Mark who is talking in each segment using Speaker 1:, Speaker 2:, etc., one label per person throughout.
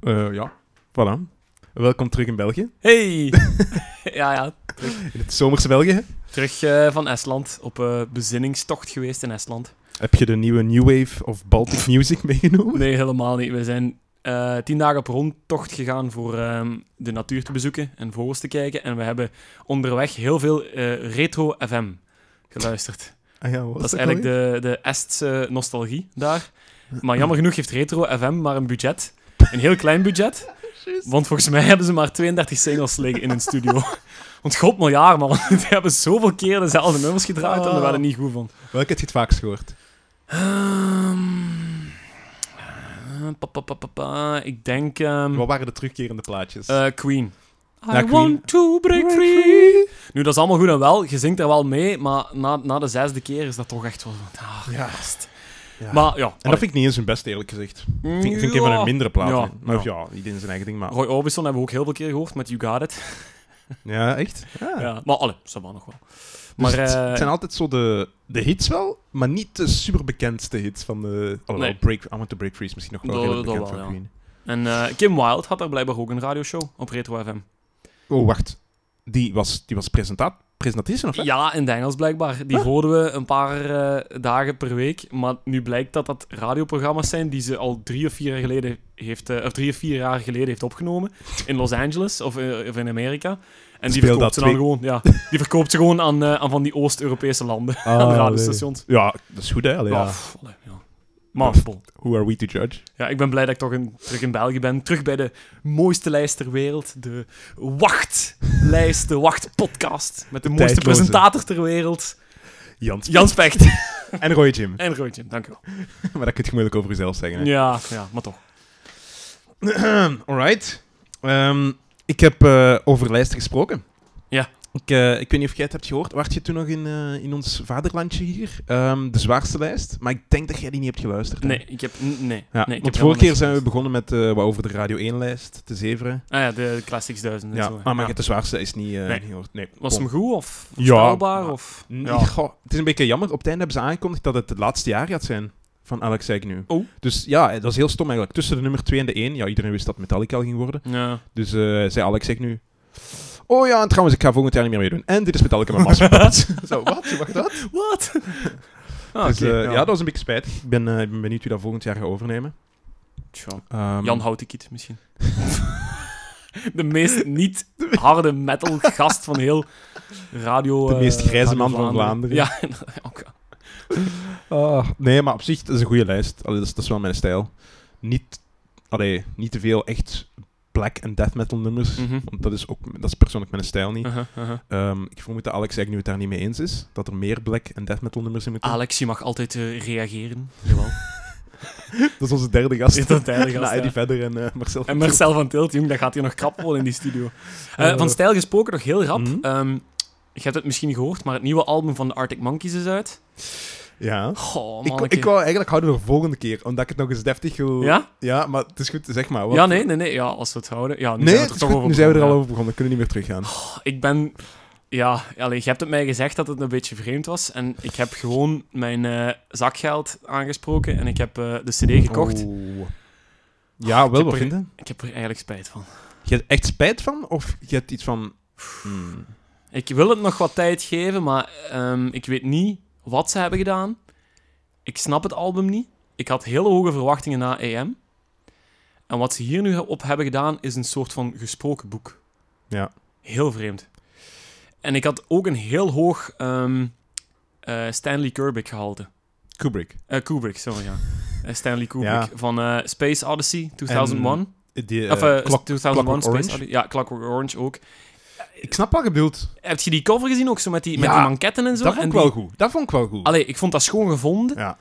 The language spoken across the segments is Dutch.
Speaker 1: Eh, ja, voilà. Welkom terug in België.
Speaker 2: Hey! ja, ja.
Speaker 1: In het zomerse België.
Speaker 2: Terug eh, van Estland. Op eh bezinningstocht geweest in Estland.
Speaker 1: Heb je de nieuwe New Wave of Baltic Music meegenomen?
Speaker 2: Nee, helemaal niet. We zijn eh, tien dagen op rondtocht gegaan voor ehm, de natuur te bezoeken en vogels te kijken. En we hebben onderweg heel veel eh, retro FM geluisterd.
Speaker 1: Ah ja, wat
Speaker 2: Dat is
Speaker 1: ook
Speaker 2: eigenlijk
Speaker 1: alweer?
Speaker 2: de, de Estse nostalgie daar. Maar jammer genoeg heeft Retro FM maar een budget. Een heel klein budget. Want volgens mij hebben ze maar 32 singles liggen in hun studio. Want god miljaar, man. Die hebben zoveel keer dezelfde nummers gedraaid en daar waren niet goed van.
Speaker 1: Welke heb je het vaakst gehoord?
Speaker 2: Ehm, eh, pa, pa, pa, pa, pa. Ik denk ehm,
Speaker 1: Wat waren de terugkerende plaatjes?
Speaker 2: eh, Queen. I
Speaker 1: Queen.
Speaker 2: want to break free. Nu, dat is allemaal goed en wel. Je zingt er wel mee, maar na, na de zesde keer is dat toch echt wel... van, Ah,
Speaker 1: Ja.
Speaker 2: gast.
Speaker 1: Ja.
Speaker 2: Maar ja,
Speaker 1: en dat vind ik niet eens hun best, eerlijk gezegd. Vind, vind ik een van hun mindere platen.
Speaker 2: Ja.
Speaker 1: Maar ja, iedereen zijn eigen ding, maar...
Speaker 2: Roy Orbison hebben we ook heel veel keer gehoord met You Got It.
Speaker 1: Ja, echt? Ja.
Speaker 2: Ja. Maar alle, ze waren nog wel.
Speaker 1: Dus
Speaker 2: Maar,
Speaker 1: het,
Speaker 2: eh,
Speaker 1: het zijn altijd zo de, de hits wel, maar niet de superbekendste hits van de... Alhoewel,
Speaker 2: Nee.
Speaker 1: break, I Want to Break Free is misschien nog wel
Speaker 2: Dat-
Speaker 1: redelijk
Speaker 2: dat
Speaker 1: bekend
Speaker 2: wel,
Speaker 1: van
Speaker 2: ja.
Speaker 1: Queen.
Speaker 2: En eh, Kim Wilde had daar blijkbaar ook een radioshow op Retro FM.
Speaker 1: Oh, wacht. Die was, die was presentaat, presentatrice, of wat?
Speaker 2: Ja, in het Engels blijkbaar. Die hoorden we een paar eh, dagen per week. Maar nu blijkt dat dat radioprogramma's zijn die ze al drie of vier jaar geleden heeft, eh, of drie of vier jaar geleden heeft opgenomen. In Los Angeles of, eh, of in Amerika. En die
Speaker 1: Speel dat
Speaker 2: verkoopt, ze dan
Speaker 1: twee-
Speaker 2: gewoon, ja, die verkoopt ze gewoon aan, eh, aan van die Oost-Europese landen. aan de radiostations.
Speaker 1: Ja, dat is goed, hè? Allee,
Speaker 2: Ja.
Speaker 1: Ah, ja.
Speaker 2: pff, allee, ja. Maar, bon.
Speaker 1: Who are we to judge?
Speaker 2: Ja, ik ben blij dat ik toch in, terug in België ben. Terug bij de mooiste lijst ter wereld. De Wachtlijst, de Wachtpodcast. Met de mooiste
Speaker 1: Tijdloze.
Speaker 2: presentator ter wereld.
Speaker 1: Jans.
Speaker 2: Jan Specht.
Speaker 1: En Roy Jim.
Speaker 2: En Roodje, dankjewel.
Speaker 1: maar dat kun je moeilijk over jezelf zeggen. hè.
Speaker 2: Ja, ja, maar toch.
Speaker 1: Alright. Ehm, ik heb eh, over lijsten gesproken.
Speaker 2: Ja.
Speaker 1: Ik, eh, ik weet niet of jij het hebt gehoord. Wart je toen nog in, eh, in ons vaderlandje hier? Ehm, de zwaarste lijst. Maar ik denk dat jij die niet hebt geluisterd. hè?
Speaker 2: Nee, ik heb... n- Nee.
Speaker 1: Ja,
Speaker 2: nee ik
Speaker 1: want
Speaker 2: heb
Speaker 1: vorige keer
Speaker 2: helemaal
Speaker 1: zijn we
Speaker 2: niks
Speaker 1: begonnen met eh, wat over de Radio 1-lijst, te zeveren.
Speaker 2: gezien. Ah ja, de, de Classics 1000 en
Speaker 1: Ja,
Speaker 2: zo.
Speaker 1: ah, maar
Speaker 2: Ja.
Speaker 1: je hebt de zwaarste is niet, eh
Speaker 2: Nee.
Speaker 1: niet gehoord. Nee,
Speaker 2: Was hem goed of
Speaker 1: Ja,
Speaker 2: voorspelbaar?
Speaker 1: maar-
Speaker 2: of...
Speaker 1: N-
Speaker 2: Ja.
Speaker 1: goh, het is een beetje jammer. Op het einde hebben ze aangekondigd dat het het laatste jaar gaat zijn van Alex nu.
Speaker 2: Oh.
Speaker 1: Dus ja, dat is heel stom eigenlijk. Tussen de nummer 2 en de 1, ja, iedereen wist dat Metallica al ging worden.
Speaker 2: Ja.
Speaker 1: Dus eh, zei Alex nu. Oh ja, en trouwens, ik ga volgend jaar niet meer meedoen. En dit is Metallica met Masterpiece. Zo, wat? Wacht, wat?
Speaker 2: Wat? Ah,
Speaker 1: dus,
Speaker 2: oké,
Speaker 1: eh, ja. dat was een beetje spijtig. Ik ben, eh, ik ben benieuwd wie dat volgend jaar gaat overnemen.
Speaker 2: Tja.
Speaker 1: Ehm,
Speaker 2: Jan Houtekiet misschien. de meest niet harde metal gast van heel radio.
Speaker 1: De
Speaker 2: eh,
Speaker 1: meest grijze
Speaker 2: Radio
Speaker 1: man van
Speaker 2: Ja, ook.
Speaker 1: Ah, nee, maar op zich, dat is een goede lijst. Allee, dat, is, dat is wel mijn stijl. Niet, allee, niet te veel echt black en death metal nummers.
Speaker 2: Mhm.
Speaker 1: Want dat is, ook, dat is persoonlijk mijn stijl niet.
Speaker 2: Uh-huh, uh-huh.
Speaker 1: Ehm, ik vermoed dat Alex eigenlijk nu het daar niet mee eens is. Dat er meer black en death metal nummers in moeten.
Speaker 2: Alex, je mag altijd eh, reageren. Jawel.
Speaker 1: Dat is onze derde gast.
Speaker 2: Is dat de derde gast,
Speaker 1: Na Eddie
Speaker 2: ja.
Speaker 1: Vedder en eh, Marcel.
Speaker 2: En Marcel van Tilt, jong, dat gaat hier nog krap worden in die studio. Eh,
Speaker 1: Eh.
Speaker 2: van stijl gesproken nog heel rap.
Speaker 1: Mhm.
Speaker 2: Ehm, je hebt het misschien gehoord, maar het nieuwe album van de Arctic Monkeys is uit.
Speaker 1: Ja.
Speaker 2: Goh,
Speaker 1: Ik,
Speaker 2: Oh, man.
Speaker 1: ik wou eigenlijk houden voor de volgende keer, omdat ik het nog eens deftig wil...
Speaker 2: Ja?
Speaker 1: Ja, maar het is goed, zeg maar. wat-
Speaker 2: Ja, nee, nee, nee. Ja, als we het houden. Ja, nu
Speaker 1: Nee,
Speaker 2: zijn
Speaker 1: het
Speaker 2: we
Speaker 1: is
Speaker 2: er toch
Speaker 1: goed,
Speaker 2: over Oh,
Speaker 1: nu zijn we er al
Speaker 2: begonnen,
Speaker 1: over begonnen. We kunnen niet meer teruggaan.
Speaker 2: ja. Ik ben... Ja, allee, je hebt het mij gezegd dat het een beetje vreemd was. En ik heb gewoon mijn eh, zakgeld aangesproken en ik heb eh, de cd gekocht.
Speaker 1: Oh. Ja, wel
Speaker 2: heb
Speaker 1: wat
Speaker 2: er-
Speaker 1: vinden.
Speaker 2: Ik heb er eigenlijk spijt van.
Speaker 1: Je hebt echt spijt van? Of je hebt iets van... hmm,
Speaker 2: Ik wil het nog wat tijd geven, maar ehm, ik weet niet wat ze hebben gedaan. Ik snap het album niet. Ik had hele hoge verwachtingen na EM. En wat ze hier nu op hebben gedaan, is een soort van gesproken boek.
Speaker 1: Ja.
Speaker 2: Heel vreemd. En ik had ook een heel hoog ehm, eh, Stanley Kubrick gehalte.
Speaker 1: Kubrick.
Speaker 2: Eh, Kubrick, sorry, ja. Eh, Stanley Kubrick.
Speaker 1: Ja.
Speaker 2: Van eh, Space Odyssey 2001.
Speaker 1: Die, eh,
Speaker 2: of eh,
Speaker 1: Clock-
Speaker 2: 2001
Speaker 1: Clockwork Orange.
Speaker 2: Space Odyssey. Ja, Clockwork Orange ook.
Speaker 1: Ik snap wat je bedoelt.
Speaker 2: Heb je die cover gezien ook, zo met die, met
Speaker 1: Ja,
Speaker 2: die manketten en zo?
Speaker 1: Dat vond
Speaker 2: en
Speaker 1: ik
Speaker 2: die-
Speaker 1: wel goed. Dat vond ik wel goed.
Speaker 2: Allee, ik vond dat schoon gevonden,
Speaker 1: Ja.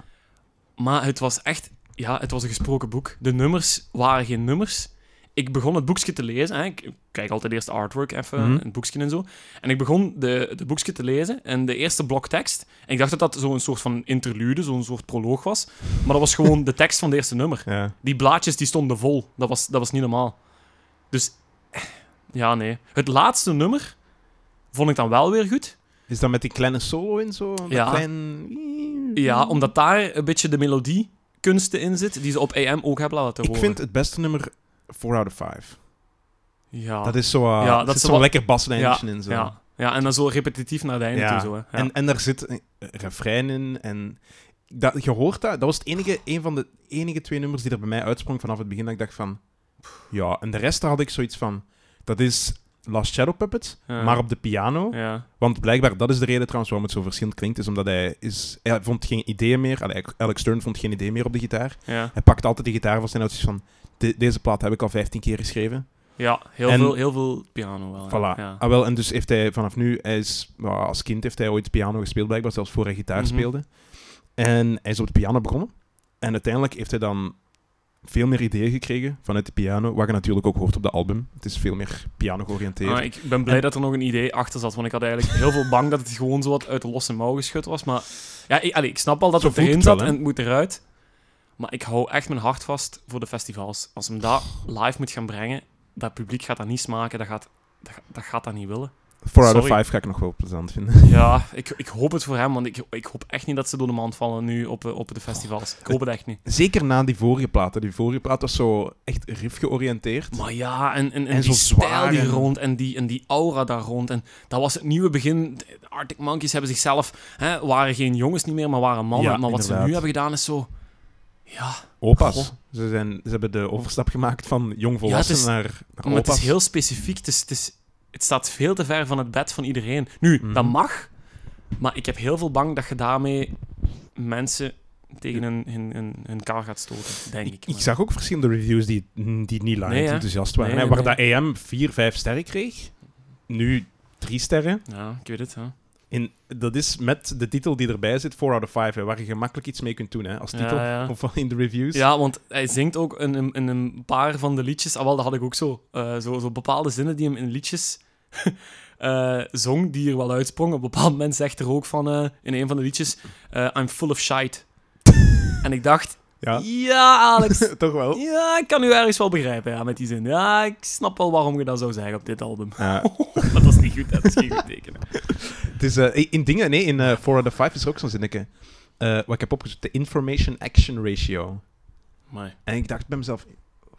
Speaker 2: maar het was echt... Ja, het was een gesproken boek. De nummers waren geen nummers. Ik begon het boekje te lezen. Hè. Ik kijk altijd eerst artwork even,
Speaker 1: Mhm.
Speaker 2: het boekje en zo. En ik begon de, de boekje te lezen en de eerste blok tekst. En ik dacht dat dat zo'n soort van interlude, zo'n soort proloog was. Maar dat was gewoon de tekst van het eerste nummer.
Speaker 1: ja.
Speaker 2: Die blaadjes die stonden vol. Dat was, dat was niet normaal. Dus ja, nee. Het laatste nummer vond ik dan wel weer goed.
Speaker 1: Is dat met die kleine solo in zo? Dat
Speaker 2: Ja.
Speaker 1: Klein...
Speaker 2: Ja, omdat daar een beetje de melodiekunsten in zit, die ze op AM ook hebben laten
Speaker 1: Ik
Speaker 2: horen.
Speaker 1: vind het beste nummer 4 out of 5.
Speaker 2: Ja.
Speaker 1: Dat is zo, eh,
Speaker 2: Ah. Ja,
Speaker 1: er
Speaker 2: dat
Speaker 1: zit
Speaker 2: ze
Speaker 1: zo'n
Speaker 2: wat-
Speaker 1: lekker baslijntje in. Zo.
Speaker 2: ja. ja, en dan zo repetitief naar het einde
Speaker 1: Ja.
Speaker 2: toe. Zo, hè. Ja.
Speaker 1: En, en daar zit een refrein in. En dat, je hoort dat. Dat was het enige, een van de enige twee nummers die er bij mij uitsprong vanaf het begin. Dat ik dacht van... Ja, en de rest daar had ik zoiets van... Dat is Last Shadow Puppet,
Speaker 2: Ja.
Speaker 1: maar op de piano.
Speaker 2: ja.
Speaker 1: Want blijkbaar, dat is de reden trouwens waarom het zo verschillend klinkt. Is omdat hij, is, hij vond geen ideeën meer... Allee, Alex Stern vond geen idee meer op de gitaar.
Speaker 2: Ja,
Speaker 1: Hij pakt altijd de gitaar vast en hij had zoiets van... "De- deze plaat heb ik al 15 keer geschreven.
Speaker 2: ja heel,
Speaker 1: En-
Speaker 2: veel, heel veel piano wel. hè.
Speaker 1: Voilà.
Speaker 2: Ja.
Speaker 1: Ah, wel, en dus heeft hij vanaf nu, hij is, nou, als kind heeft hij ooit piano gespeeld, blijkbaar zelfs voor hij gitaar
Speaker 2: Mhm.
Speaker 1: speelde. En hij is op de piano begonnen. En uiteindelijk heeft hij dan veel meer ideeën gekregen vanuit de piano, wat je natuurlijk ook hoort op de album. Het is veel meer piano georiënteerd.
Speaker 2: Ah, ik ben blij dat er nog een idee achter zat, want ik had eigenlijk heel veel bang dat het gewoon zo wat uit de losse mouw geschud was. Maar ja, ik, allee, ik snap al dat
Speaker 1: Zo
Speaker 2: het
Speaker 1: voelt
Speaker 2: erin
Speaker 1: het wel,
Speaker 2: zat
Speaker 1: hè?
Speaker 2: en het moet eruit. Maar ik hou echt mijn hart vast voor de festivals. Als hem daar live moet gaan brengen, dat publiek gaat dat niet smaken, dat gaat dat, ga- dat, gaat dat niet willen.
Speaker 1: Four out of
Speaker 2: sorry.
Speaker 1: five ga ik nog wel plezant vinden.
Speaker 2: Ja, ik, ik hoop het voor hem, want ik, ik hoop echt niet dat ze door de mand vallen nu op, eh, op de festivals. Ik hoop het echt niet.
Speaker 1: Zeker na die vorige platen. Die vorige plaat was zo echt riff georiënteerd.
Speaker 2: Maar ja, en, en, en,
Speaker 1: En
Speaker 2: die
Speaker 1: zo zwaar
Speaker 2: stijl die
Speaker 1: en-
Speaker 2: rond en die, en die aura daar rond. En dat was het nieuwe begin. De Arctic Monkeys hebben zichzelf... Hè, waren geen jongens niet meer, maar waren mannen.
Speaker 1: Ja,
Speaker 2: maar wat ze
Speaker 1: inderdaad.
Speaker 2: nu hebben gedaan is zo... Ja,
Speaker 1: Opa's.
Speaker 2: Goh.
Speaker 1: Ze, zijn, ze hebben de overstap gemaakt van
Speaker 2: Ja, het
Speaker 1: jongvolwassen
Speaker 2: is-
Speaker 1: naar, naar
Speaker 2: maar het
Speaker 1: opa's.
Speaker 2: is heel specifiek. Het, is, het, is- het staat veel te ver van het bed van iedereen. Nu,
Speaker 1: Mhm.
Speaker 2: dat mag. Maar ik heb heel veel bang dat je daarmee mensen tegen hun, hun, hun, hun kaal gaat stoten, denk ik.
Speaker 1: Ik
Speaker 2: Maar-
Speaker 1: zag ook verschillende reviews die, die niet laaiend
Speaker 2: Nee, hè?
Speaker 1: enthousiast waren.
Speaker 2: Nee,
Speaker 1: hè, waar
Speaker 2: nee,
Speaker 1: dat AM 4, 5 sterren kreeg, nu 3 sterren.
Speaker 2: Ja, ik weet het. Hè.
Speaker 1: En dat is met de titel die erbij zit, 4 out of 5, hè, waar je gemakkelijk iets mee kunt doen hè, als
Speaker 2: Ja,
Speaker 1: titel.
Speaker 2: ja.
Speaker 1: Of in de reviews.
Speaker 2: Ja, want hij zingt ook in, een- in een paar van de liedjes. Ah, wel, dat had ik ook zo. Eh, zo, zo bepaalde zinnen die hem in liedjes eh, zong, die er wel uitsprongen. Op een bepaald moment zegt er ook van eh, in een van de liedjes: eh, I'm full of shite. en ik dacht:
Speaker 1: Ja,
Speaker 2: Ja, Alex.
Speaker 1: toch wel.
Speaker 2: Ja, ik kan u ergens wel begrijpen ja, met die zin. Ja, ik snap wel waarom je dat zou zeggen op dit album.
Speaker 1: Ja,
Speaker 2: maar dat is niet goed, hè. dat is geen goed teken. hè.
Speaker 1: het is, eh, in dingen, nee, in eh 4 out of 5 is er ook zo'n zinnetje. Eh, wat ik heb opgezocht, de information action ratio.
Speaker 2: Amai,
Speaker 1: En ik dacht bij mezelf,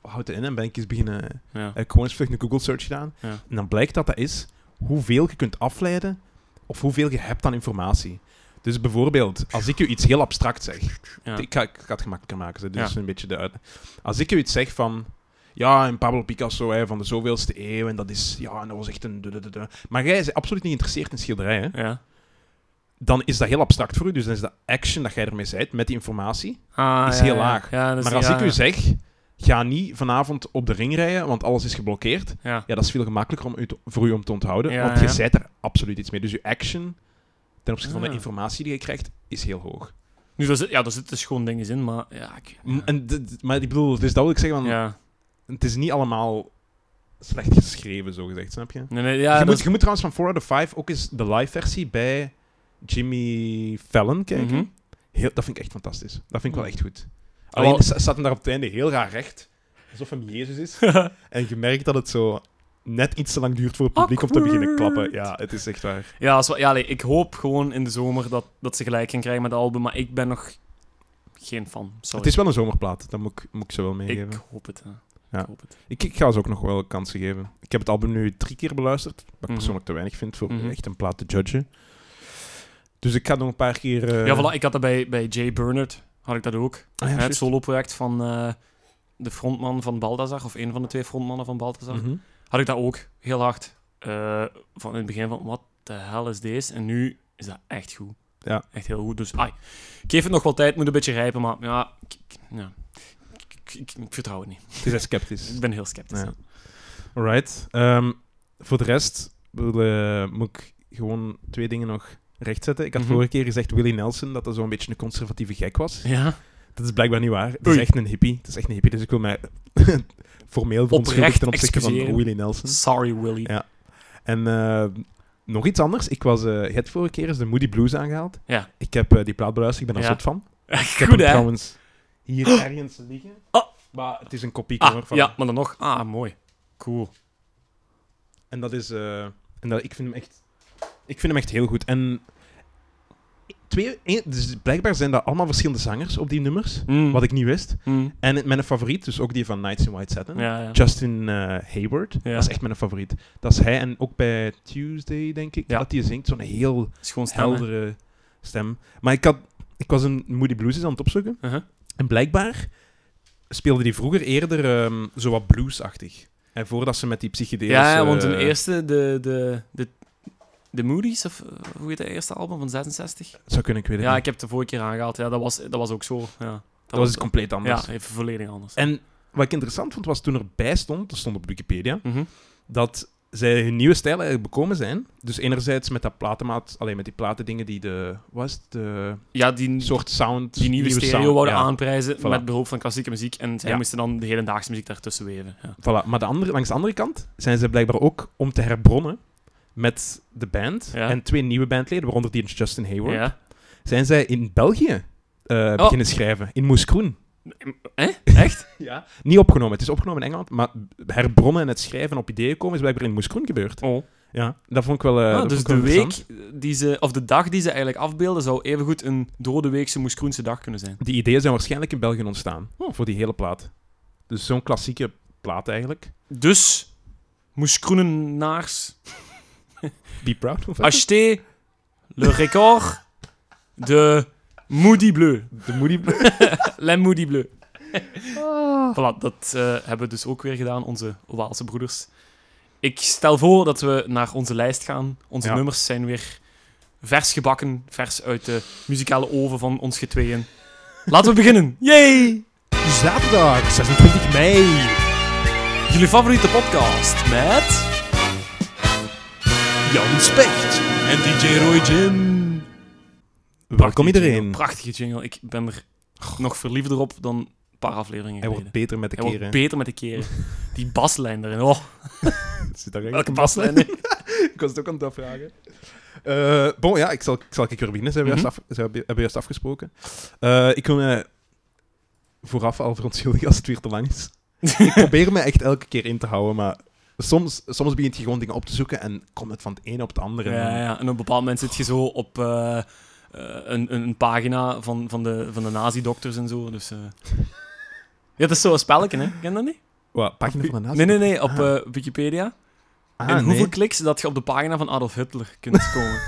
Speaker 1: wat houdt het in? En ben ik eens beginnen
Speaker 2: ja.
Speaker 1: heb ik Eh, gewoon eens vlug een Google search gedaan.
Speaker 2: Ja.
Speaker 1: En dan blijkt dat dat is hoeveel je kunt afleiden of hoeveel je hebt aan informatie. Dus bijvoorbeeld, als ik je iets heel abstract zeg.
Speaker 2: Ja.
Speaker 1: Ik, ga, ik ga het gemakkelijker maken, zo, dit
Speaker 2: Ja.
Speaker 1: is een beetje de uit. Als ik je iets zeg van. Ja, en Pablo Picasso hè, van de zoveelste eeuw. En dat is. Ja, en dat was echt een. du- du- du- du. Maar jij is absoluut niet geïnteresseerd in schilderijen. hè.
Speaker 2: ja.
Speaker 1: Dan is dat heel abstract voor u. Dus dan is dat action dat jij ermee zijt met die informatie.
Speaker 2: Ah,
Speaker 1: Is
Speaker 2: ja,
Speaker 1: heel
Speaker 2: ja.
Speaker 1: laag.
Speaker 2: Ja, dat is-
Speaker 1: maar als
Speaker 2: ja,
Speaker 1: ik u
Speaker 2: ja.
Speaker 1: zeg. Ga niet vanavond op de ring rijden, want alles is geblokkeerd
Speaker 2: Ja.
Speaker 1: ja, dat is veel gemakkelijker om u te- voor u om te onthouden.
Speaker 2: Ja,
Speaker 1: want je
Speaker 2: ja.
Speaker 1: zijt er absoluut iets mee. Dus je action ten opzichte van
Speaker 2: Ah.
Speaker 1: de informatie die je krijgt, is heel hoog.
Speaker 2: Nu, daar zit- ja, daar zitten schoon dingen in, maar ja, ik,
Speaker 1: M- En d- d- maar ik bedoel, dus dat wil ik zeggen, van,
Speaker 2: Ja,
Speaker 1: het is niet allemaal slecht geschreven, zo gezegd, snap je?
Speaker 2: nee, nee, ja
Speaker 1: je,
Speaker 2: dat
Speaker 1: moet,
Speaker 2: is-
Speaker 1: je moet trouwens van 4 out of 5 ook eens de live versie bij Jimmy Fallon kijken.
Speaker 2: Mhm.
Speaker 1: Heel, dat vind ik echt fantastisch. Dat vind ik wel echt goed.
Speaker 2: Ah,
Speaker 1: Alleen
Speaker 2: wel-
Speaker 1: sta- staat hem daar op het einde heel raar recht. Alsof hem Jezus is. en je merkt dat het zo net iets te lang duurt voor het
Speaker 2: Oh,
Speaker 1: publiek om te beginnen klappen.
Speaker 2: Awkward.
Speaker 1: Ja, het is echt waar.
Speaker 2: ja, dat is wel- ja allee, ik hoop gewoon in de zomer dat, dat ze gelijk gaan krijgen met het album, maar ik ben nog geen fan. Sorry.
Speaker 1: Het is wel een zomerplaat, dat moet ik, moet ik ze wel meegeven.
Speaker 2: ik
Speaker 1: Ik...
Speaker 2: hoop het. hè.
Speaker 1: Ja.
Speaker 2: Ik hoop het.
Speaker 1: ik ga ze ook nog wel kansen geven. Ik heb het album nu drie keer beluisterd, wat ik
Speaker 2: Mhm.
Speaker 1: persoonlijk te weinig vind voor
Speaker 2: Mhm.
Speaker 1: echt een plaat te judgen. Dus ik ga nog een paar keer... eh,
Speaker 2: Ja, voilà, ik had dat bij, bij Jay Bernard, had ik dat ook.
Speaker 1: ah, ja,
Speaker 2: Hè, het
Speaker 1: juist.
Speaker 2: solo-project van eh, de frontman van Balthazar, of een van de twee frontmannen van Balthazar,
Speaker 1: Mhm.
Speaker 2: had ik dat ook heel hard. eh, van in het begin van, wat de hel is deze? En nu is dat echt goed.
Speaker 1: Ja.
Speaker 2: Echt heel goed. Dus, ai, ik geef het nog wel tijd, moet een beetje rijpen, maar ja, ik, ik- ja. Ik, ik- ik vertrouw het niet.
Speaker 1: Het is echt sceptisch.
Speaker 2: Ik ben heel sceptisch.
Speaker 1: Ja. Alright. Ehm, voor de rest wil, eh, moet ik gewoon twee dingen nog rechtzetten. Ik had
Speaker 2: Mhm.
Speaker 1: vorige keer gezegd Willie Nelson, dat dat zo'n beetje een conservatieve gek was.
Speaker 2: Ja,
Speaker 1: Dat is blijkbaar niet waar. Het is
Speaker 2: Oei.
Speaker 1: echt een hippie. Het is echt een hippie, dus ik wil mij formeel verontschuldigen
Speaker 2: Oprecht
Speaker 1: ten opzichte van
Speaker 2: excuseren.
Speaker 1: Willie Nelson.
Speaker 2: sorry Willy.
Speaker 1: Ja. En eh, nog iets anders. Ik was, eh je hebt vorige keer eens de Moody Blues aangehaald.
Speaker 2: Ja.
Speaker 1: Ik heb eh, die plaat beluisterd. Ik ben er
Speaker 2: Ja.
Speaker 1: zot van. Ik heb hem
Speaker 2: Goed hè?
Speaker 1: trouwens hier ergens liggen.
Speaker 2: Oh.
Speaker 1: Maar het is een kopie hoor,
Speaker 2: Ah,
Speaker 1: van.
Speaker 2: ja, maar dan nog. Ah, mooi. Cool.
Speaker 1: En dat is... eh, en dat, ik, vind hem echt, ik vind hem echt heel goed. En twee, één- dus blijkbaar zijn dat allemaal verschillende zangers op die nummers,
Speaker 2: Mm,
Speaker 1: wat ik niet wist.
Speaker 2: mm,
Speaker 1: En het- mijn favoriet, dus ook die van Nights in White Satin,
Speaker 2: ja, ja.
Speaker 1: Justin eh, Hayward,
Speaker 2: Ja.
Speaker 1: Hm? dat is echt mijn favoriet. Dat is hij, en ook bij Tuesday, denk ik,
Speaker 2: Ja.
Speaker 1: dat hij zingt, zo'n heel
Speaker 2: Het is gewoon stemmen.
Speaker 1: heldere stem. Maar ik, had, ik was een Moody Blues aan het opzoeken,
Speaker 2: Uh-huh.
Speaker 1: en blijkbaar speelde die vroeger eerder ehm zo wat bluesachtig. En voordat ze met die psychedelische...
Speaker 2: Ja, ja, want hun
Speaker 1: eh,
Speaker 2: eerste, de, de, de, de Moody's, of eh, hoe heet dat eerste album van 66?
Speaker 1: Zou kunnen, ik weet het
Speaker 2: Ja,
Speaker 1: niet.
Speaker 2: ik heb het de vorige keer aangehaald. Ja, dat was, dat was ook zo. Ja. Dat,
Speaker 1: Dat was iets compleet anders.
Speaker 2: Ja, even volledig anders.
Speaker 1: En wat ik interessant vond, was toen erbij stond, dat stond op Wikipedia,
Speaker 2: Mhm.
Speaker 1: dat zij hun nieuwe stijl eigenlijk bekomen zijn. Dus enerzijds met dat platenmaat, alleen met die platendingen die de, was het, de
Speaker 2: Ja, die,
Speaker 1: soort sound...
Speaker 2: die nieuwe, stereo
Speaker 1: sound,
Speaker 2: wouden
Speaker 1: ja,
Speaker 2: aanprijzen
Speaker 1: Voilà.
Speaker 2: met behulp van klassieke muziek. En zij
Speaker 1: Ja.
Speaker 2: moesten dan de hedendaagse muziek daartussen weven. Ja.
Speaker 1: Voilà. Maar de andere, langs de andere kant zijn ze blijkbaar ook om te herbronnen met de band
Speaker 2: Ja.
Speaker 1: en twee nieuwe bandleden, waaronder die Justin Hayward,
Speaker 2: Ja.
Speaker 1: zijn zij in België eh, beginnen schrijven, in Moeskroen.
Speaker 2: Eh? Echt?
Speaker 1: Ja. Niet opgenomen, het is opgenomen in Engeland, maar herbronnen en het schrijven op ideeën komen is blijkbaar in Moeskroen gebeurd.
Speaker 2: Oh.
Speaker 1: Ja, dat vond ik wel. eh,
Speaker 2: Ah,
Speaker 1: dat
Speaker 2: dus
Speaker 1: vond ik
Speaker 2: de
Speaker 1: wel interessant.
Speaker 2: week die ze, of de dag die ze eigenlijk afbeelden, zou evengoed een dode weekse Moeskroense dag kunnen zijn.
Speaker 1: Die ideeën zijn waarschijnlijk in België ontstaan.
Speaker 2: Oh.
Speaker 1: Voor die hele plaat. Dus zo'n klassieke plaat eigenlijk.
Speaker 2: Dus, Moeskroenenaars,
Speaker 1: Be proud of it.
Speaker 2: achetez le record de Moody Bleu.
Speaker 1: De Moody Blues.
Speaker 2: La Moody Bleu. Voilà, dat eh, hebben we dus ook weer gedaan, onze Waalse broeders. Ik stel voor dat we naar onze lijst gaan. Onze
Speaker 1: Ja.
Speaker 2: nummers zijn weer vers gebakken, vers uit de muzikale oven van ons getweeën. Laten we beginnen. Yay!
Speaker 1: Zaterdag 26 mei.
Speaker 2: Jullie favoriete podcast met...
Speaker 1: Jan Specht.
Speaker 2: En DJ Roy Jim.
Speaker 1: Welkom iedereen.
Speaker 2: Prachtige jingle. Ik ben er nog verliefder op dan een paar afleveringen
Speaker 1: Hij wordt
Speaker 2: geleden.
Speaker 1: beter met de
Speaker 2: Hij wordt
Speaker 1: keren.
Speaker 2: beter met de keren. Die baslijn erin. Oh,
Speaker 1: Zit daar echt-
Speaker 2: welke baslijn erin.
Speaker 1: Oh, Ik was het ook aan het afvragen. Eh, bon, ja, ik zal, ik zal een keer beginnen. Zijn we
Speaker 2: Mhm.
Speaker 1: juist, af, zijn we, hebben we juist afgesproken. Eh, ik wil me vooraf al verontschuldigen als het weer te lang is. ik probeer me echt elke keer in te houden, maar soms, soms begint je gewoon dingen op te zoeken en komt het van het ene op het andere.
Speaker 2: Ja, ja, en op een bepaald moment zit je zo op eh, eh, een, een, een pagina van, van de, van de nazi-dokters en zo. Dus, eh. Ja, dat is zo'n spelletje, hè? Ken je dat niet?
Speaker 1: Wat, pagina van de naast?
Speaker 2: Nee, nee, nee, op
Speaker 1: Ah.
Speaker 2: eh, Wikipedia.
Speaker 1: Ah,
Speaker 2: en hoeveel
Speaker 1: nee.
Speaker 2: kliks dat je op de pagina van Adolf Hitler kunt komen.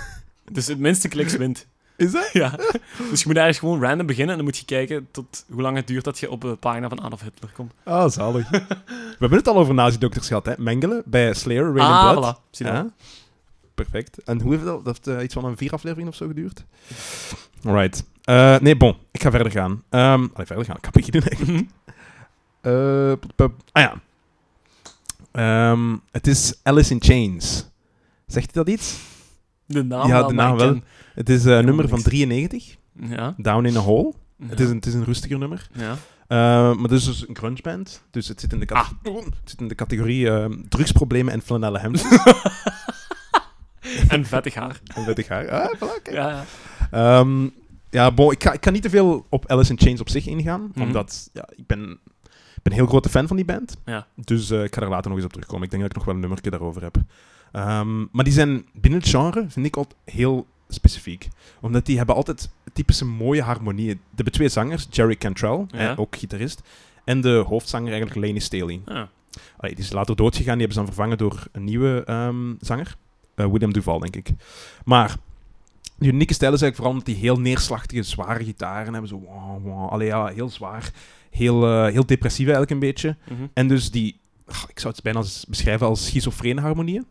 Speaker 2: dus het minste kliks wint.
Speaker 1: Is dat?
Speaker 2: Ja. Dus je moet eigenlijk gewoon random beginnen en dan moet je kijken tot hoe lang het duurt dat je op de pagina van Adolf Hitler komt.
Speaker 1: Ah, zalig. We hebben het al over nazi-dokters gehad, hè? Mengelen bij Slayer, Rain and Blood.
Speaker 2: Ah, voilà. Zie je dat?
Speaker 1: Ja. Perfect. En hoe heeft dat? Dat heeft eh, iets van een vier afleveringen of zo geduurd? Alright. Eh, nee, bon. Ik ga verder gaan. Ehm allee, verder gaan. Ik ga beginnen. eigenlijk.
Speaker 2: Mhm.
Speaker 1: Eh, pup, pup. ah ja. Ehm, het is Alice in Chains. Zegt u dat iets?
Speaker 2: De naam,
Speaker 1: Ja,
Speaker 2: wel,
Speaker 1: de
Speaker 2: maar
Speaker 1: naam
Speaker 2: ik
Speaker 1: wel.
Speaker 2: ken-
Speaker 1: Het is eh, nummer van
Speaker 2: niks.
Speaker 1: 93,
Speaker 2: Ja.
Speaker 1: Down in a Hole. Het, is
Speaker 2: Ja.
Speaker 1: een, het is een rustiger nummer.
Speaker 2: Ja.
Speaker 1: Eh, maar dit is dus een grungeband. Dus het zit in de, cate- het zit in de categorie ehm, drugsproblemen en flanellen hemden.
Speaker 2: En vettig haar.
Speaker 1: en wettig haar. Ah, voilà, kijk.
Speaker 2: Ja, ja.
Speaker 1: Ehm, ja, bon, ik, ga, ik kan niet te veel op Alice in Chains op zich ingaan.
Speaker 2: Mhm.
Speaker 1: Omdat ja, ik ben, ik ben een heel grote fan van die band.
Speaker 2: Ja.
Speaker 1: Dus eh, ik ga daar later nog eens op terugkomen. Ik denk dat ik nog wel een nummertje daarover heb. Ehm, maar die zijn binnen het genre, vind ik, altijd heel specifiek. Omdat die hebben altijd typische mooie harmonieën. De hebben twee zangers, Jerry Cantrell,
Speaker 2: Ja.
Speaker 1: eh, ook gitarist. En de hoofdzanger eigenlijk, Laney Staley.
Speaker 2: Ja.
Speaker 1: Allee, die is later doodgegaan. Die hebben ze dan vervangen door een nieuwe ehm, zanger. Eh, William Duval, denk ik. Maar die unieke stijl is eigenlijk vooral omdat die heel neerslachtige, zware gitaren hebben. Zo, wah, wah. Allee, ja, heel zwaar. Heel, eh, heel depressief eigenlijk een beetje.
Speaker 2: Mhm.
Speaker 1: En dus die, ah, ik zou het bijna s- beschrijven als schizofrene harmonieën.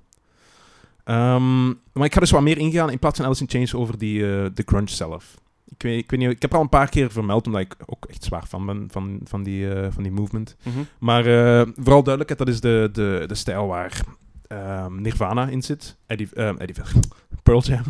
Speaker 1: Ehm, maar ik ga dus wat meer ingaan in plaats van Alice in Chains over die, eh, de grunge zelf. Ik, weet, ik, weet niet, ik heb er al een paar keer vermeld, omdat ik ook echt zwaar fan ben van, van, die, eh, van die movement.
Speaker 2: Mhm.
Speaker 1: Maar eh, vooral duidelijkheid, dat is de, de, de stijl waar ehm, Nirvana in zit. Eddie, ehm, Eddie Pearl Jam.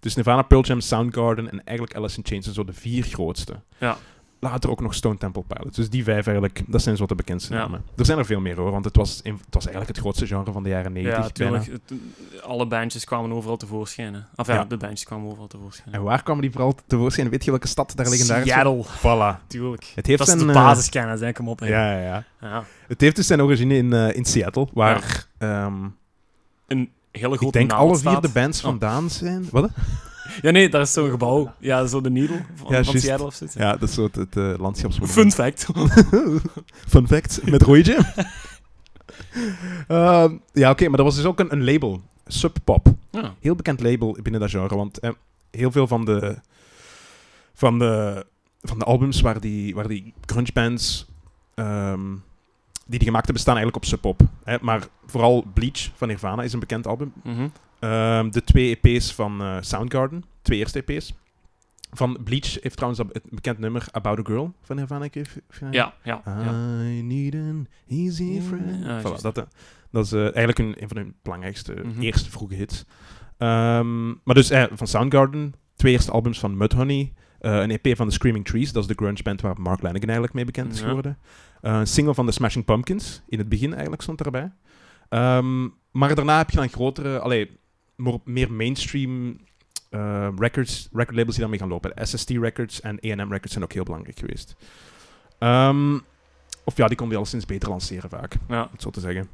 Speaker 1: Dus Nirvana, Pearl Jam, Soundgarden en eigenlijk Alice in Chains zijn zo de vier grootste.
Speaker 2: Ja.
Speaker 1: Later ook nog Stone Temple Pilots. Dus die vijf eigenlijk, dat zijn zo de bekendste
Speaker 2: Ja.
Speaker 1: namen. Er zijn er veel meer hoor, want het was, een- het was eigenlijk het grootste genre van de jaren negentig.
Speaker 2: Ja, tuurlijk. Het- alle bandjes kwamen overal tevoorschijn. hè. Enfin,
Speaker 1: Ja.
Speaker 2: de bandjes kwamen overal tevoorschijn.
Speaker 1: En waar kwamen die vooral tevoorschijn? Weet je welke stad daar legendarisch is?
Speaker 2: Seattle,
Speaker 1: Voilà.
Speaker 2: tuurlijk.
Speaker 1: Het heeft
Speaker 2: dat
Speaker 1: zijn,
Speaker 2: is de
Speaker 1: eh,
Speaker 2: basiskennis, hè. Kom op, hè.
Speaker 1: ja, ja, ja.
Speaker 2: Ja.
Speaker 1: Het heeft dus zijn origine in, eh, in Seattle, waar... ehm,
Speaker 2: Een hele
Speaker 1: Ik
Speaker 2: grote
Speaker 1: denk
Speaker 2: naald
Speaker 1: alle vier
Speaker 2: staat.
Speaker 1: de bands
Speaker 2: Oh.
Speaker 1: vandaan zijn. Wat?
Speaker 2: Ja, nee, daar is zo'n gebouw. Ja, zo de Needle van,
Speaker 1: Ja,
Speaker 2: van
Speaker 1: juist.
Speaker 2: Seattle of zoiets.
Speaker 1: Ja, dat is zo het, het eh, landschapsmoment.
Speaker 2: Fun fact.
Speaker 1: Fun fact, met rode jam. Ehm, ja, oké, maar dat was dus ook een, een label. Sub Pop.
Speaker 2: Ja.
Speaker 1: Heel bekend label binnen dat genre, want eh, heel veel van de, van de, van de albums waar die, waar die grunge bands ehm, die die gemaakt hebben staan eigenlijk op Sub Pop. Hè? Maar vooral Bleach van Nirvana is een bekend album.
Speaker 2: Mhm.
Speaker 1: Ehm, de twee EP's van eh, Soundgarden, twee eerste EP's. Van Bleach heeft trouwens dat- het bekend nummer About a Girl van Nirvana. ik weet- vind je-
Speaker 2: Ja, ja,
Speaker 1: Ah.
Speaker 2: ja.
Speaker 1: I need an easy
Speaker 2: Ja,
Speaker 1: friend.
Speaker 2: ja,
Speaker 1: Voilà,
Speaker 2: juist.
Speaker 1: dat, eh, dat is eh, eigenlijk een, een van hun belangrijkste,
Speaker 2: Mhm.
Speaker 1: eerste vroege hits. Ehm, maar dus eh, van Soundgarden, twee eerste albums van Mudhoney, eh, een EP van The Screaming Trees, dat is de grunge band waar Mark Lanigan eigenlijk mee bekend is
Speaker 2: Ja.
Speaker 1: geworden. Eh, een single van The Smashing Pumpkins, in het begin eigenlijk stond daarbij. Ehm, maar daarna heb je dan grotere, allee, more- meer mainstream eh, records, record labels die daarmee gaan lopen. SST Records en A&M Records zijn ook heel belangrijk geweest. Ehm, of ja, die konden al sinds beter lanceren vaak, om
Speaker 2: ja.
Speaker 1: het zo te zeggen.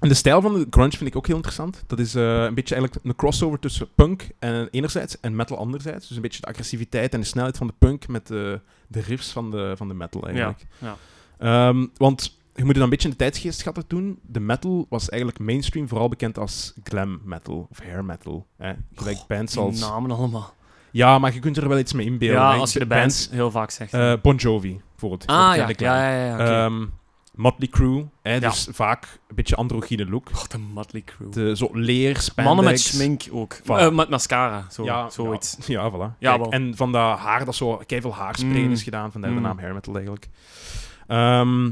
Speaker 1: En de stijl van de grunge vind ik ook heel interessant. Dat is eh, een beetje eigenlijk een crossover tussen punk en, eh, enerzijds en metal anderzijds. Dus een beetje de agressiviteit en de snelheid van de punk met de, de riffs van de, van de metal eigenlijk.
Speaker 2: Ja,
Speaker 1: Ehm, want je moet het dan een beetje in de tijdsgeest schatten doen. De metal was eigenlijk mainstream vooral bekend als glam metal of hair metal. Hè? Gelijk bands
Speaker 2: Die
Speaker 1: als...
Speaker 2: namen allemaal.
Speaker 1: Ja, maar je kunt er wel iets mee inbeelden.
Speaker 2: Ja,
Speaker 1: hè.
Speaker 2: als je de
Speaker 1: Bands-
Speaker 2: bands heel vaak zegt.
Speaker 1: eh, bon Jovi, bijvoorbeeld.
Speaker 2: ah, ja,
Speaker 1: Bekende glam.
Speaker 2: ja, ja, ja. oké.
Speaker 1: Ehm, Motley Crue, hè,
Speaker 2: Ja.
Speaker 1: dus vaak een beetje androgyne look.
Speaker 2: Wat een Motley Crew.
Speaker 1: De, zo leer, spandex.
Speaker 2: Mannen met schmink ook.
Speaker 1: Voilà.
Speaker 2: Eh, met mascara, zo,
Speaker 1: Ja,
Speaker 2: zoiets.
Speaker 1: Ja, ja, voilà.
Speaker 2: Ja,
Speaker 1: Kijk,
Speaker 2: wel.
Speaker 1: en van dat haar, dat zo keiveel haarspray
Speaker 2: Mm.
Speaker 1: is gedaan, vandaar de
Speaker 2: Mm.
Speaker 1: naam hair metal eigenlijk. Ehm,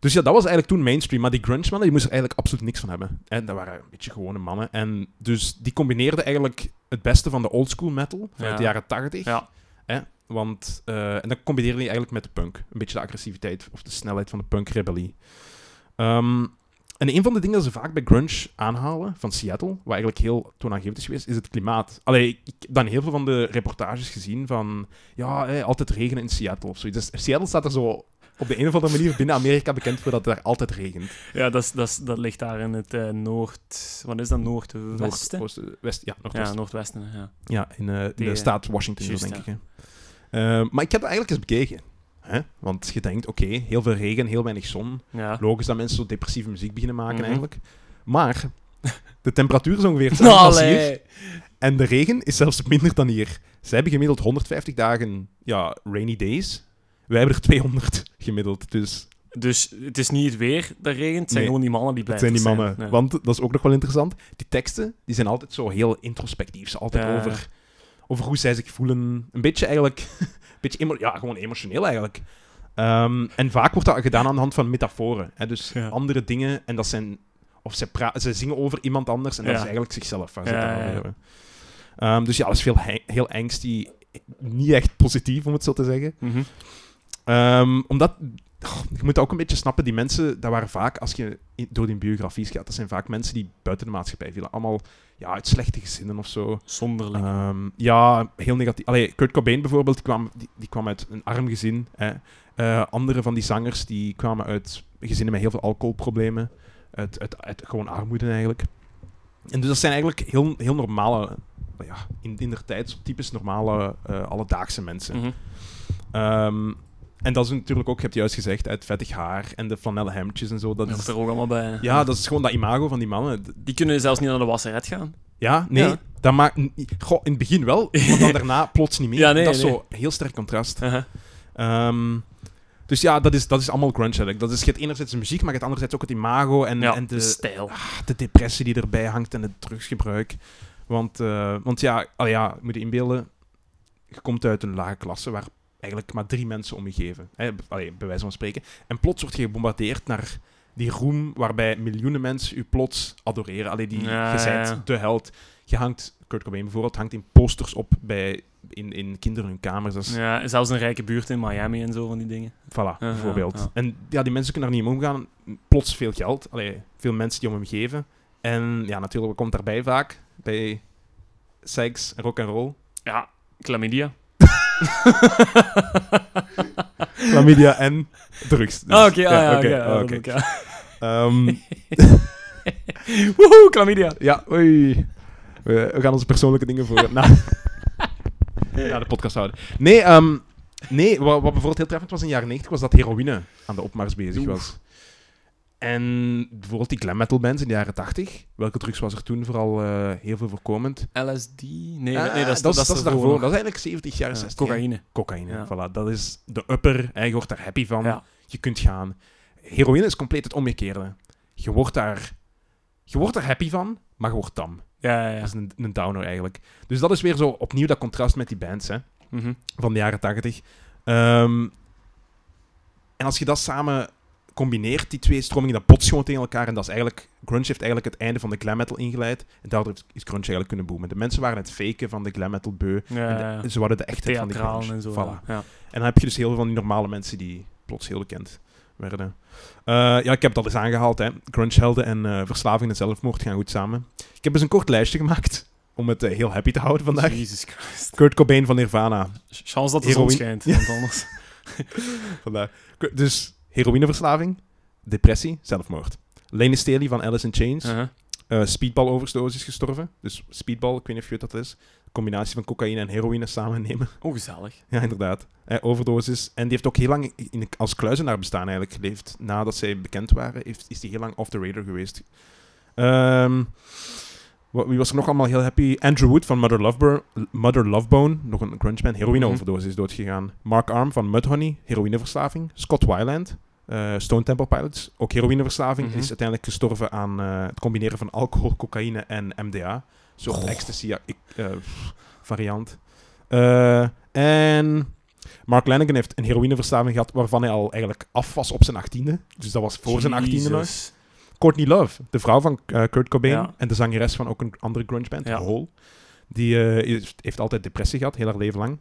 Speaker 1: dus ja, dat was eigenlijk toen mainstream. Maar die grunge mannen, die moesten er eigenlijk absoluut niks van hebben. En dat waren een beetje gewone mannen. En dus die combineerden eigenlijk het beste van de oldschool metal, vanuit
Speaker 2: Ja.
Speaker 1: de jaren 80.
Speaker 2: Ja.
Speaker 1: Hè? Want, eh, en dat combineerde hij eigenlijk met de punk. Een beetje de agressiviteit of de snelheid van de punk-rebellie. Ehm, en een van de dingen dat ze vaak bij grunge aanhalen van Seattle, wat eigenlijk heel toonaangevend is geweest, is het klimaat. Allee, ik ik heb dan heel veel van de reportages gezien van... Ja, hè, altijd regenen in Seattle of zoiets. Dus Seattle staat er zo op de een of andere manier binnen Amerika bekend voor dat het daar altijd regent.
Speaker 2: Ja, dat, is- dat, is- dat ligt daar in het eh, noord... Wat is dat? Noordwesten?
Speaker 1: Noordoosten, west, ja,
Speaker 2: ja,
Speaker 1: noordwesten.
Speaker 2: noordwesten, ja.
Speaker 1: Ja, in, eh, in de
Speaker 2: Die, eh,
Speaker 1: staat Washington, zo
Speaker 2: juist,
Speaker 1: denk
Speaker 2: ja.
Speaker 1: ik. Hè. Eh, maar ik heb dat eigenlijk eens bekeken. Hè? Want je denkt, oké, heel veel regen, heel weinig zon.
Speaker 2: ja.
Speaker 1: Logisch dat mensen zo depressieve muziek beginnen maken
Speaker 2: Mhm.
Speaker 1: eigenlijk. Maar de temperatuur is ongeveer hetzelfde als
Speaker 2: Allee.
Speaker 1: hier. En de regen is zelfs minder dan hier. Zij hebben gemiddeld 150 dagen ja, rainy days. Wij hebben er 200 gemiddeld. Dus
Speaker 2: Dus het is niet het weer dat regent, het zijn
Speaker 1: Nee.
Speaker 2: gewoon die mannen die
Speaker 1: Het
Speaker 2: blijven
Speaker 1: zijn die mannen.
Speaker 2: Nee.
Speaker 1: Want dat is ook nog wel interessant. Die teksten die zijn altijd zo heel introspectief. Ze zijn altijd
Speaker 2: Ja.
Speaker 1: over, over hoe zij zich voelen. Een beetje eigenlijk. Een beetje emo- ja, gewoon emotioneel eigenlijk. Ehm, en vaak wordt dat gedaan aan de hand van metaforen. Hè? Dus
Speaker 2: Ja.
Speaker 1: andere dingen. En dat zijn. Of ze, pra- ze zingen over iemand anders. En dat
Speaker 2: Ja.
Speaker 1: is eigenlijk zichzelf waar ze
Speaker 2: Ja,
Speaker 1: het
Speaker 2: ja,
Speaker 1: over
Speaker 2: ja.
Speaker 1: hebben. Ehm, dus ja, dat is veel he- heel angsty. Niet echt positief, om het zo te zeggen.
Speaker 2: Mhm.
Speaker 1: Ehm, omdat, goh, je moet ook een beetje snappen, die mensen, dat waren vaak, als je in- door die biografies gaat, dat zijn vaak mensen die buiten de maatschappij vielen. Allemaal ja, uit slechte gezinnen of zo.
Speaker 2: Zonderling.
Speaker 1: Ehm, ja, heel negatief. Allee, Kurt Cobain bijvoorbeeld, die kwam, die, die kwam uit een arm gezin. Hè. Eh, andere van die zangers, die kwamen uit gezinnen met heel veel alcoholproblemen. Uit, uit, uit gewoon armoede eigenlijk. En dus dat zijn eigenlijk heel, heel normale, ja, in, in der tijd, zo typisch normale, eh, alledaagse mensen.
Speaker 2: Mhm.
Speaker 1: Ehm, en dat is natuurlijk ook, je hebt juist gezegd, het vettig haar en de flanellen hemdjes en zo. Dat
Speaker 2: Dat
Speaker 1: is,
Speaker 2: is er ook allemaal bij.
Speaker 1: ja, dat is gewoon dat imago van die mannen. D-
Speaker 2: Die kunnen zelfs niet naar de wasseret gaan.
Speaker 1: Ja, nee,
Speaker 2: Ja.
Speaker 1: dat maakt... n- Goh, in het begin wel, maar dan daarna plots niet meer.
Speaker 2: Ja, nee,
Speaker 1: dat is
Speaker 2: nee.
Speaker 1: zo een heel sterk contrast.
Speaker 2: Haha.
Speaker 1: Ehm, dus ja, dat is, dat is allemaal grunge eigenlijk. Dat is je hebt enerzijds de muziek, maar je hebt anderzijds ook het imago en,
Speaker 2: ja,
Speaker 1: en de, Ah.
Speaker 2: de stijl.
Speaker 1: de depressie die erbij hangt en het drugsgebruik. Want, eh, want ja, al ja, moet je inbeelden, je komt uit een lage klasse waar eigenlijk maar drie mensen om je geven. Hè? b- Allee, bij wijze van spreken. En plots word je gebombardeerd naar die roem waarbij miljoenen mensen u plots adoreren. Allee, die,
Speaker 2: Ja,
Speaker 1: je
Speaker 2: ja,
Speaker 1: bent
Speaker 2: ja.
Speaker 1: de held. Je hangt, Kurt Cobain bijvoorbeeld, hangt in posters op bij, in, in kinderen hun kamers. Dat is
Speaker 2: Ja, zelfs een rijke buurt in Miami en zo van die dingen.
Speaker 1: Voilà,
Speaker 2: ja,
Speaker 1: bijvoorbeeld.
Speaker 2: ja.
Speaker 1: En ja, die mensen kunnen daar niet mee omgaan. Plots veel geld. Allee, veel mensen die om hem geven. En ja, natuurlijk komt daarbij vaak bij seks en rock and roll.
Speaker 2: Ja, chlamydia.
Speaker 1: Chlamydia en drugs. Dus,
Speaker 2: Ah, oké, ah, ja, oké. ja,
Speaker 1: ah,
Speaker 2: dat ook, ja.
Speaker 1: Ehm,
Speaker 2: Woehoe, chlamydia.
Speaker 1: ja, oei. We, we gaan onze persoonlijke dingen voor na, na de podcast houden. Nee, ehm, nee wat, wat bijvoorbeeld heel treffend was in de jaren 90, was dat heroïne aan de opmars bezig
Speaker 2: Oef.
Speaker 1: was. En bijvoorbeeld die glam metal bands in de jaren 80. Welke drugs was er toen vooral eh, heel veel voorkomend?
Speaker 2: LSD? Nee,
Speaker 1: Ah,
Speaker 2: nee dat, is, dat, is
Speaker 1: is
Speaker 2: daarvoor.
Speaker 1: Dat is eigenlijk 70 jaar,
Speaker 2: Ja,
Speaker 1: 60 jaar.
Speaker 2: cocaïne.
Speaker 1: Cocaïne,
Speaker 2: Ja.
Speaker 1: voilà. Dat is de upper. hè, Je wordt daar happy van.
Speaker 2: Ja.
Speaker 1: Je kunt gaan. Heroïne is compleet het omgekeerde. Je wordt daar, je wordt er happy van, maar je wordt tam.
Speaker 2: Ja, ja, ja.
Speaker 1: Dat is een, een downer eigenlijk. Dus dat is weer zo opnieuw dat contrast met die bands hè,
Speaker 2: Mhm.
Speaker 1: van de jaren 80. Ehm, en als je dat samen combineert, die twee stromingen, dat botst gewoon tegen elkaar. En dat is eigenlijk, grunge heeft eigenlijk het einde van de glam metal ingeleid. En daardoor heeft- is grunge eigenlijk kunnen boomen. De mensen waren het faken van de glam metal beu.
Speaker 2: Ja, ja, ja.
Speaker 1: En de- ze waren de echtheid van de
Speaker 2: Theatraal
Speaker 1: grunge.
Speaker 2: Eh, en zo.
Speaker 1: Voilà.
Speaker 2: Ja.
Speaker 1: En dan heb je dus heel veel van die normale mensen die plots heel bekend werden. Eh, ja, ik heb dat eens aangehaald. Hè. Grungehelden en eh, verslaving en zelfmoord gaan goed samen. Ik heb dus een kort lijstje gemaakt om het eh, heel happy te houden vandaag.
Speaker 2: Jesus Christ.
Speaker 1: Kurt Cobain van Nirvana.
Speaker 2: Ch- Chance dat de zon
Speaker 1: Heroïne.
Speaker 2: schijnt, want anders...
Speaker 1: Vandaar. K- Dus heroïneverslaving, depressie, zelfmoord. Lane Staley van Alice in Chains.
Speaker 2: Uh-huh.
Speaker 1: eh, speedball overdosis gestorven. Dus speedball, ik weet niet of je weet wat dat is. Combinatie van cocaïne en heroïne samen nemen.
Speaker 2: Oh, gezellig.
Speaker 1: Ja, inderdaad. Eh, overdosis. En die heeft ook heel lang in, als kluizenaar bestaan eigenlijk geleefd. Nadat zij bekend waren, heeft, is die heel lang off the radar geweest. Ehm, wa- wie was er nog allemaal heel happy? Andrew Wood van Mother, Lovebur- Mother Lovebone, nog een grungeman, heroïne-overdosis is doodgegaan. Mark Arm van Mudhoney, heroïneverslaving. Scott Weiland, eh, Stone Temple Pilots, ook heroïneverslaving.
Speaker 2: Mhm.
Speaker 1: Is uiteindelijk gestorven aan eh, het combineren van alcohol, cocaïne en MDA. Zo'n ecstasy ja, ik, eh, variant. Eh, en Mark Lanigan heeft een heroïneverslaving gehad waarvan hij al eigenlijk af was op zijn achttiende. Dus dat was voor zijn achttiende nog.
Speaker 2: Jezus.
Speaker 1: Courtney Love, de vrouw van eh, Kurt Cobain
Speaker 2: Ja.
Speaker 1: en de zangeres van ook een andere grungeband,
Speaker 2: Ja.
Speaker 1: Hole. Die eh, is- heeft altijd depressie gehad, heel haar leven lang.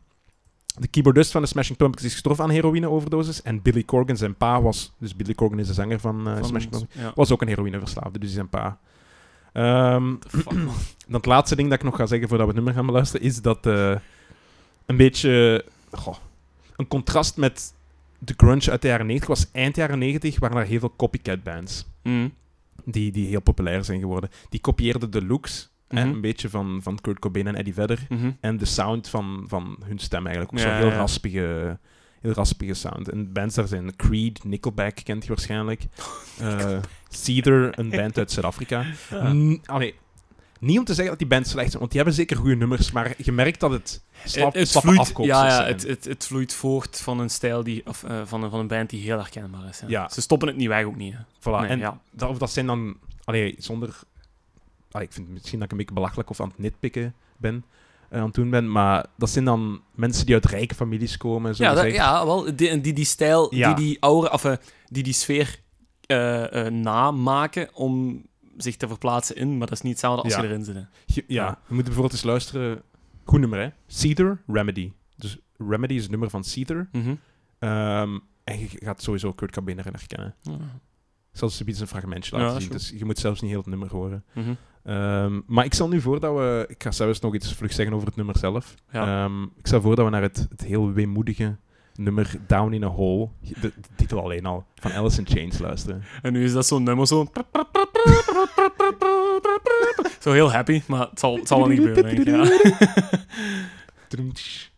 Speaker 1: De keyboardist van de Smashing Pumpkins is gestorven aan heroïne-overdosis. En Billy Corgan, zijn pa, was... Dus Billy Corgan is de zanger van, eh,
Speaker 2: Van-
Speaker 1: Smashing Pumpkins.
Speaker 2: Ja.
Speaker 1: Was ook een heroïneverslaafde, dus zijn pa. Ehm,
Speaker 2: The fuck, man.
Speaker 1: dan het laatste ding dat ik nog ga zeggen voordat we het nummer gaan beluisteren, is dat eh, een beetje goh, een contrast met de grunge uit de jaren 90 was eind jaren 90 waren er heel veel copycat bands
Speaker 2: Mhm.
Speaker 1: die, die heel populair zijn geworden. Die kopieerden de looks, hè,
Speaker 2: Mhm.
Speaker 1: een beetje van, van Kurt Cobain en Eddie Vedder,
Speaker 2: Mhm.
Speaker 1: en de sound van, van hun stem eigenlijk. Ook
Speaker 2: Ja,
Speaker 1: zo'n heel,
Speaker 2: ja.
Speaker 1: raspige, heel raspige sound. En bands daar zijn Creed, Nickelback kent je waarschijnlijk, Eh Cedar, een band uit Zuid-Afrika.
Speaker 2: Ja.
Speaker 1: N- allee, niet om te zeggen dat die bands slecht zijn, want die hebben zeker goede nummers, maar je merkt dat het slap,
Speaker 2: het, het
Speaker 1: slappe
Speaker 2: vloeit,
Speaker 1: afkoopsters
Speaker 2: ja, ja,
Speaker 1: zijn.
Speaker 2: het, het, het vloeit voort van een stijl die, of, eh, van, een, van een band die heel herkenbaar is. Ja.
Speaker 1: Ja.
Speaker 2: Ze stoppen het niet weg ook niet. Hè.
Speaker 1: Voilà,
Speaker 2: Nee,
Speaker 1: en
Speaker 2: ja.
Speaker 1: dat, of dat zijn dan... Allee, zonder... allee, ik vind misschien dat ik een beetje belachelijk of aan het nitpikken ben, eh, aan het doen ben, maar dat zijn dan mensen die uit rijke families komen, zo
Speaker 2: Ja, dat-
Speaker 1: gezegd.
Speaker 2: ja, wel, die, die, die stijl,
Speaker 1: Ja.
Speaker 2: die die aura, of eh, die die sfeer eh, eh, namaken om zich te verplaatsen in, maar dat is niet hetzelfde als
Speaker 1: Ja.
Speaker 2: je erin zit. hè.
Speaker 1: Je, ja,
Speaker 2: Ja.
Speaker 1: we moeten bijvoorbeeld eens luisteren... Goed nummer, hè? Cedar, Remedy. Dus Remedy is het nummer van Cedar.
Speaker 2: Mhm.
Speaker 1: ehm, en je gaat sowieso Kurt Cobain erin herkennen.
Speaker 2: Ja.
Speaker 1: Zelfs een een fragmentje
Speaker 2: Ja,
Speaker 1: laten
Speaker 2: dat is
Speaker 1: zien,
Speaker 2: goed.
Speaker 1: dus je moet zelfs niet heel het nummer horen.
Speaker 2: Mhm.
Speaker 1: Ehm, maar ik stel nu voor dat we... Ik ga zelfs nog iets vlug zeggen over het nummer zelf.
Speaker 2: Ja.
Speaker 1: Ehm, ik stel voor dat we naar het, het heel weemoedige nummer Down in a Hole, de, de titel alleen al, van Alice in Chains luisteren.
Speaker 2: En nu is dat zo'n nummer zo. Zo heel happy, maar het zal, het zal wel niet gebeuren, denk ik. Ja.
Speaker 1: Troemtsch.